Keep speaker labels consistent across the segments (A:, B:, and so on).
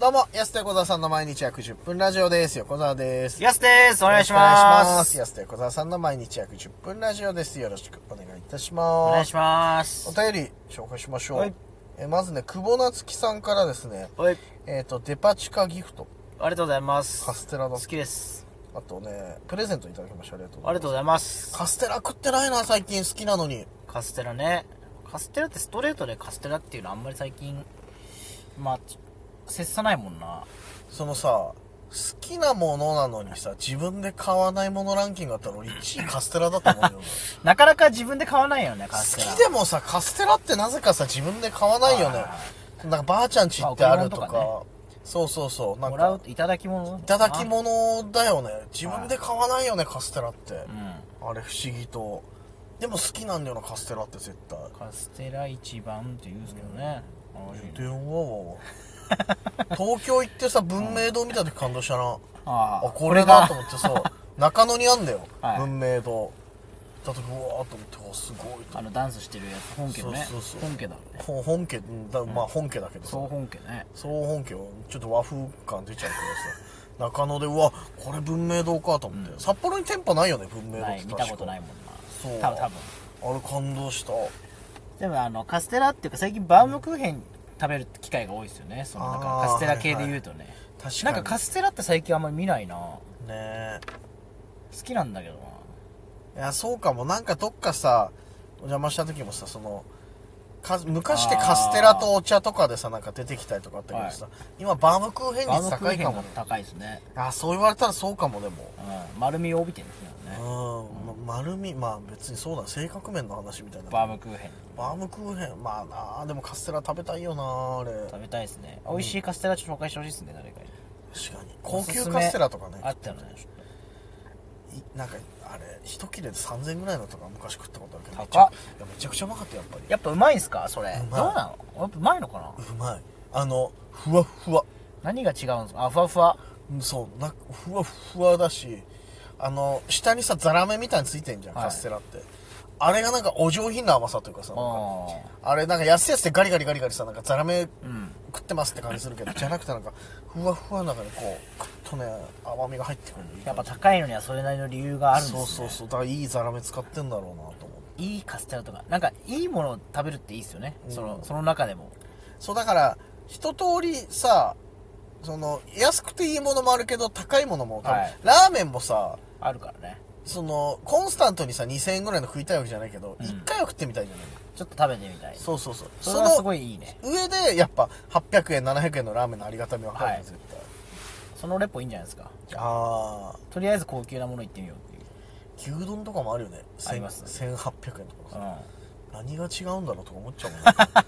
A: どうも、安田横沢さんの毎日約10分ラジオです。横沢です。
B: やすですお願いします
A: 安田横沢さんの毎日約10分ラジオです。よろしくお願いいたし
B: お願
A: ま
B: い
A: す。
B: します
A: お便り紹介しましょう。
B: はい
A: えまずね、久保夏樹さんからですね、
B: はい
A: えっ、と、デパ地下ギフト、
B: ありがとうございます
A: カステラの
B: 好、きです
A: あとね、プレゼントいただきました。ありがとう
B: ありがとうございます
A: カステラ食ってないな、最近好きなのに。
B: カステラねカステラってストレートでカステラっていうのはあんまり最近まあち切さないもんな
A: そのさ、好きなものなのにさ、自分で買わないものランキングあったら俺1位カステラだと思うよ。
B: なかなか自分で買わないよねカス
A: 好
B: テラ
A: きでもさ、カステラってなぜかさ、自分で買わないよね
B: は。
A: なんかばあちゃんちってあると
B: まあ贈り物
A: か、そうそうそう、なん
B: もら
A: か
B: う、いただき物い
A: いただき物だよね。自分で買わないよね、カステラって。
B: うん
A: あれ不思議と。でも好きなんだよな、カステラって絶対。
B: カステラ一番って言うんですけどね、あーいいね
A: 電話は東京行ってさ、文明堂見た時感動したな。
B: あ
A: あこれだと思ってそう中野にあんだよ、
B: はい
A: 文明堂だとうわーと思っておすごいと
B: あのダンスしてるやつ本家のね
A: そうそうそう
B: 本家だ
A: ほ本家うんだまあ本家だけどさ
B: 総本家ね
A: 総本家はちょっと和風感出ちゃうけどさ中野でうわこれ文明堂かと思って、札幌に店舗ないよね文明堂っ
B: な
A: て
B: い
A: 確
B: 見
A: か
B: たことないもんな
A: そう
B: 多分多分
A: あれ感動した
B: でもあのカステラっていうか最近バームクーヘン食べる機会が多いですよねそのな
A: あ
B: んか
A: ー
B: カステラ系で言うとね、
A: 確か
B: な
A: に
B: んかカステラって最近あんまり見ないな好
A: ね
B: きなんだけどない
A: やそうかもなんかどっかさお邪魔した時もさそのか昔ってカステラとお茶とかでさなんか出てきたりとかあったけどさ、今バームクーヘン
B: バー
A: 率
B: ムク
A: 高
B: ー
A: い
B: ヘン
A: か
B: が
A: もね
B: 高いですね、
A: あそう言われたらそうかもでも
B: うん、丸みを帯びてるんですよ
A: う
B: ね
A: ん、ま、丸みまあ別にそうだ性格面の話みたいな
B: バームクーヘン
A: バームクーヘンまあなあでもカステラ食べたいよなあれ確
B: 食べたいですね美味しいカステラちょっと紹介してほしいですね誰かに
A: かに高級カステラとかね
B: あったよね
A: いなんかあれ一切れで3000円ぐらいのとか昔食ったことあるけどめち
B: 高
A: ゃ
B: っ
A: いやめちゃくちゃうまかったよやっぱり
B: やっぱうまいんすかそれ
A: う
B: ど
A: ま
B: う
A: い
B: なのやっぱうまいのかな
A: うまいあのふわっふわ
B: 何が違うんですかあふわふわ
A: うんそうなんかふわっふわだしあの下にさザラメみたいについてんじゃん、
B: はい
A: カステラってあれがなんかお上品な甘さというかさなんか
B: あ
A: あれなんか安いやつでガリガリガリガリさなんかザラメ
B: ーうん
A: 食ってますって感じするけどじゃなくてなんかふわふわの中にこうクッとね甘みが入ってくる
B: やっぱ高いのにはそれなりの理由があるんですね
A: そうそうそうだからいいザラメ使ってんだろうなと思う
B: いいカステラとかなんかいいものを食べるっていいですよね、
A: うん
B: そのその中でも
A: そうだから一通りさその安くていいものもあるけど高いものも多分、
B: はい
A: ラーメンもさ
B: あるからね
A: そのコンスタントにさ2000円ぐらいの食いたいわけじゃないけど、
B: うん
A: 一回は食ってみたいじゃない
B: ちょっと食べてみたい
A: そうそうそう
B: それはす
A: の
B: ごいいいね
A: 上でやっぱ800円700円のラーメンのありがたみは分かるよ、
B: はい
A: 絶対
B: そのレポいいんじゃないですか
A: ああ
B: とりあえず高級なもの行ってみようっていう、
A: 牛丼とかもあるよね
B: あります
A: 千1800円とか
B: うん、
A: さ
B: や
A: 何が違うんだろうとか思っちゃう もんね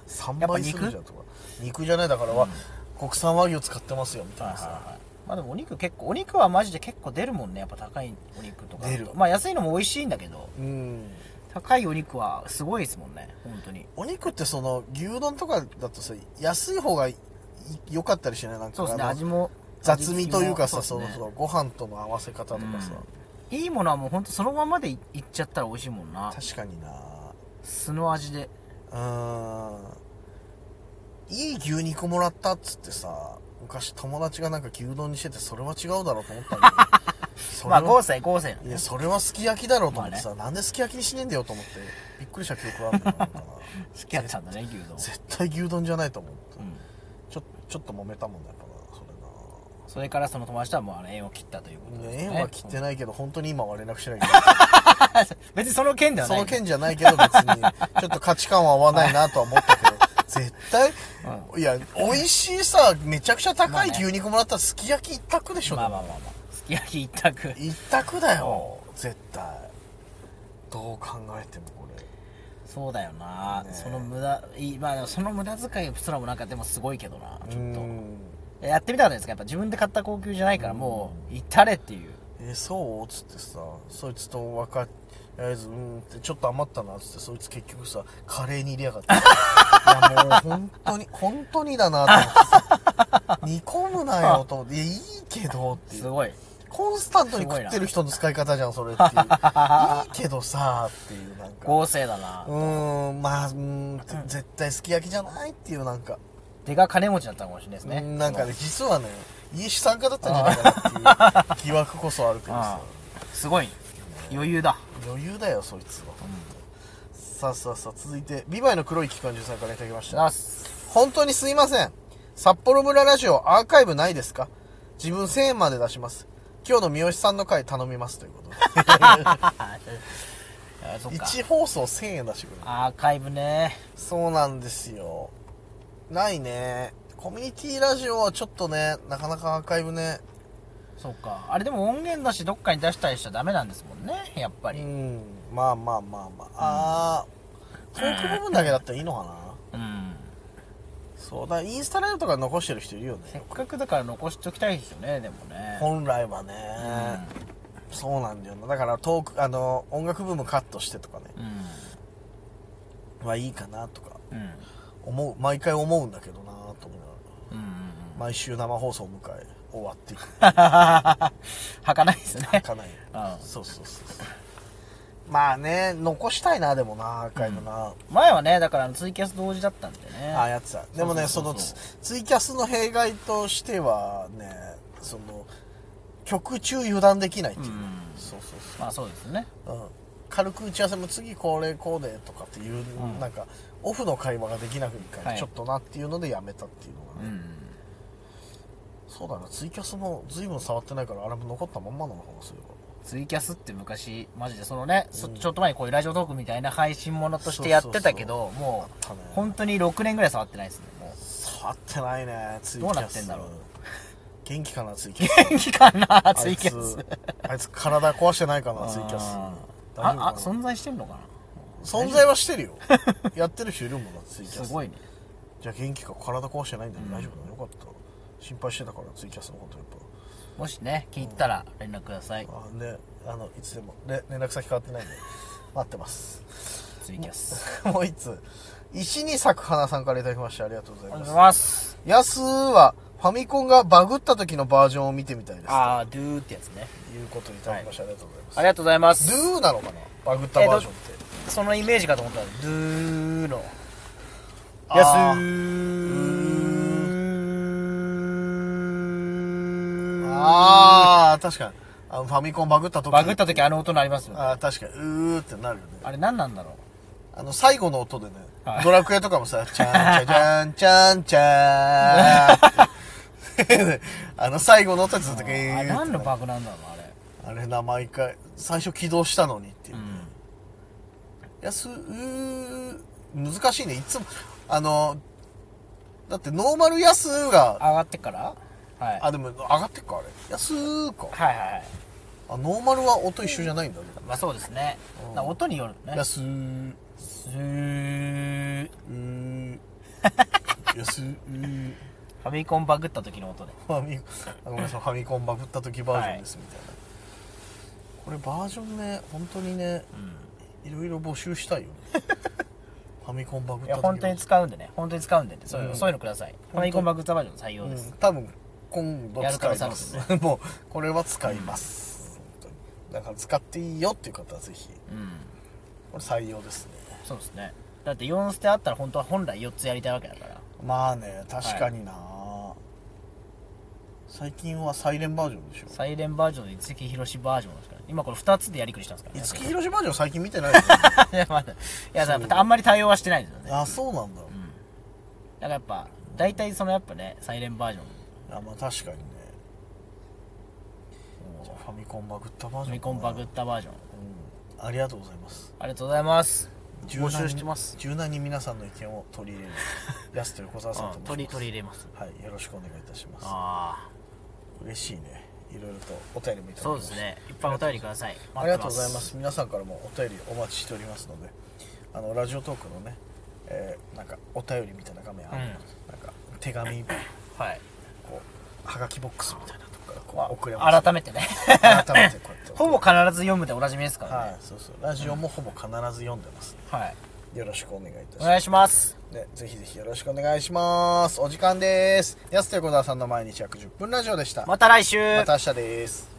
A: 3倍するじゃんとか肉じゃないだからは、国産和牛使ってますよみたいなさ、
B: まあでもお肉結構お肉はマジで結構出るもんねやっぱ高いお肉とか
A: 出る
B: まあ安いのも美味しいんだけど
A: うん
B: 高いお肉はすごいですもんね本当に
A: お肉ってその牛丼とかだとさ安い方がい良かったりしないなんか
B: そうですね
A: あの
B: 味も
A: 雑味というかさ
B: 味
A: その
B: 付きも
A: そ
B: そう
A: のご飯との合わせ方とかさ、
B: ですねいいものはもう本当そのままでいいっちゃったら美味しいもんな
A: 確かにな
B: 素の味で
A: うんいい牛肉もらったっつってさ昔友達がなんか牛丼にしててそれは違うだろうと思 ったんだけどそれは
B: まあ豪勢豪勢の
A: いやそれはすき焼きだろうと思ってさ、なんですき焼きにしねえんだよと思ってびっくりした記憶があるんだよなんかな
B: 好きやったんだね牛丼
A: 絶対牛丼じゃないと思って、
B: うん
A: ちょちょっと揉めたもんだからそれ
B: それからその友達とはもうあの縁を切ったということ
A: な、
B: です
A: ね、
B: ね
A: 縁は切ってないけど、本当に今は連絡してないけ
B: 別にその件で
A: ど
B: は
A: そ
B: ない
A: の件じゃないけど別にちょっと価値観は合わないなとは思った けど絶対、いや美味しいさめちゃくちゃ高い
B: まあ
A: 牛
B: ね
A: 肉もらったらすき焼き一択でしょ、
B: まあ
A: で
B: まあ
A: も
B: まあまあすき焼き一択
A: 一択だよ絶対どう考えてもこれ
B: そうだよな、
A: ねえ
B: その無駄いいまあでもその無駄遣いすらもなんかでもすごいけどなちょっ
A: う
B: と
A: ん
B: やってみたかったですかやっぱ自分で買った高級じゃないからもう至れっていう
A: えそうつってさそいつと分かっとりあえずうんってちょっと余ったなっつってそいつ結局さカレーに入れやがって いやもう本当に本当にだなと思ってさ 煮込むなよと思っていやいいけどってい
B: す
A: う
B: ごい
A: コンスタントに食ってる人の使い方じゃんそれっていういいけどさっていうなんか
B: 豪勢だな
A: うーんまあうーん絶対すき焼きじゃないっていうなんか
B: 出が金持ちだったのかもしれないですね
A: なんかね
B: そ
A: 実はね家主参加だったんじゃないかなっていう疑惑こそあるけど
B: のあ
A: さ
B: あすごい余裕だ
A: 余裕だよそいつは、さあさあさあ続いて「ビバイの黒い機関銃」さんからいただきました
B: な す
A: 本当にすいません。札幌村ラジオアーカイブないですか自分1000円まで出します。今日の三好さんの回頼みますということで。
B: あそっか
A: 1放送1000円出してくれる。
B: アーカイブね
A: そうなんですよ。ないね。コミュニティラジオはちょっとね、なかなかアーカイブね。
B: そうかあれでも音源だしどっかに出したりしちゃダメなんですもんねやっぱ
A: う
B: り
A: ん。まあまあまあまあ。あー、フォーク部分だけだったらいいのかな。
B: うん
A: そうだ、インスタライブとか残してる人いるよ
B: せっ
A: ね。
B: かくだから残しておきたいですよねでもね
A: 本来はね、そうなんだよな。だからトーク、あの、音楽部分カットしてとかね。
B: う
A: はいいかなとか
B: んうん
A: 思う毎回思うんだけどなと思いながら
B: うんうん
A: 毎週生放送を迎え終わっていく
B: はかないですね
A: かない
B: うん
A: そうそうそうまあね残したいなでもなアーカイブな、
B: 前はねだからツイキャス同時だったんでね
A: ああやってたでもねそ
B: そ
A: う
B: そ
A: の
B: うそうそう
A: ツツイキャスの弊害としてはねその曲中油断できないっていうね、
B: うん
A: そうそうそう
B: まあそうですね
A: うん軽く打ち合わせも次これこうでとかっていう、
B: ん
A: なんかオフの会話ができなくなるから、
B: はい
A: ちょっとなっていうのでやめたっていうのがね、
B: うん
A: そうだな、ツイキャスも随分触ってないから、あれも残ったまんまなのかもしれ
B: ツイキャスって昔マジでそのね、そ
A: うん
B: ちょっと前にこういうラジオトークみたいな配信ものとしてやってたけども
A: あっ
B: う
A: たね
B: 本当に6年ぐらい触ってないですねもう
A: 触ってないね、ツイキャス。
B: どうなってんだろう
A: 元気かな、ツイキ ャス。
B: 元気かなツイキャス
A: あいつ、あいつ体壊してないかな、ツイキャス
B: あ。ー
A: 大丈夫
B: あ
A: かな
B: あ存在してんのか
A: 存在はしてる よ。やってる人いるもんな、ツイ
B: な
A: キ
B: す
A: ャス。
B: ごいね
A: じゃあ元気か、体壊してないんだね、大丈夫だね、よかった。心配してたから、ツイキャスのことやっぱ。
B: もしね気に入ったら連絡ください
A: あね、あの、いつでも、れ連絡先変わってないんで、 待ってます。
B: ツイキャス
A: もう一つ、石に咲く花さんからいただきまして、ありがとうござい
B: ありがとう
A: ま
B: ご
A: す
B: ざい。ます
A: ヤスはファミコンがバグった時のバージョンを見てみたいです。と
B: ああドゥーってやつね
A: いうことにいただきましてありがとうございます。
B: ありがとうございま
A: ド
B: す
A: ゥーなのかなバグったバージョンって。
B: そのイメージかと思ったらドゥーの
A: あー
B: ー
A: ああ、確かに。あのファミコンバグった時
B: バグった時あの音鳴りますよね
A: ああ、確かに。うーってなるよね。
B: あれ何なんだろ
A: あの、最後の音でね
B: は、い
A: ドラクエとかもさ、チャンチャンチャンチャンって。あの、最後の音でずっと
B: うあ
A: グイーンって
B: れ
A: なる
B: 何のバグなんだろうあれ
A: あれな、毎回。最初起動したのにっていう
B: う
A: ね。
B: ん
A: いやすうー難しいねいつもあのだってノーマルやすー
B: 上
A: が
B: がってからはい
A: あでも上がってっかあれやすーか
B: はいはいはい
A: あノーマルは音一緒じゃないんだね
B: まあそうですね
A: うん
B: な音によるね
A: やすー
B: スー
A: うーやすー
B: ファミコンバグった時の音で
A: ファミ あごめんなさいファミコンバグった時バージョンですみたいな、これバージョンね本当にねいろいろ募集したい よねファミコンバグっ
B: い
A: た
B: や
A: 時
B: 本当に使うんでね本当に使うんでねそういううんそういうのくださいファミコンバグったバージョン採用です
A: うん、多分今度使います
B: や
A: もうこれは使います、本当にだから使っていいよっていう方はぜひ
B: うん
A: これ採用ですね
B: そうですねだって4ステあったら本当は本来4つやりたいわけだから
A: まあね確かにな、最近はサイレンバージョンでしょ
B: サイレンバージョンと五木ひろしバージョンですから今これ2つでやりくりしたんですから
A: 五木
B: ね
A: ひろしバージョン最近見てないよね
B: いやまだいや
A: そう
B: だからあんまり対応はしてないんですよねだか
A: あそうなんだ、
B: らやっぱ大体そのやっぱねサイレンバージョン
A: あまあ確かにねじゃあファミコンバグったバー
B: フ
A: ジョンかな
B: ァミコンバグったバージョン
A: うんありがとうございます
B: ありがとうございます
A: 柔
B: 募
A: 軟
B: 集
A: に
B: してます
A: 柔軟に皆さんの意見を取り入れる安と横澤さんと申し ます
B: 取り取り入れます
A: はい、よろしくお願いいたします。
B: あ
A: 嬉しいね。いろいろとお便りもいただきま
B: あ
A: す。
B: そうです。ねいっぱいお便りください
A: ありがとうございます。
B: 待
A: 皆さんからもお便りお待ちしておりますので、あのラジオトークのね、えーなんかお便りみたいな画面ある、
B: うん
A: なんか手紙
B: ってますはい
A: こうはがきボックスみたいなとこからこう送れます。
B: 改めてね
A: 改めてこうやって。
B: ほぼ必ず読むでおなじみですから
A: は
B: ね
A: い、そうそう。ラジオもほぼ必ず読んでます。
B: はい
A: よろしくお願いいたし
B: お
A: ま
B: 願いします
A: す。ね、ぜひぜひよろしくお願いします。お時間です。安と横澤さんの毎日約10分ラジオでした。ま
B: また来週
A: た明日です。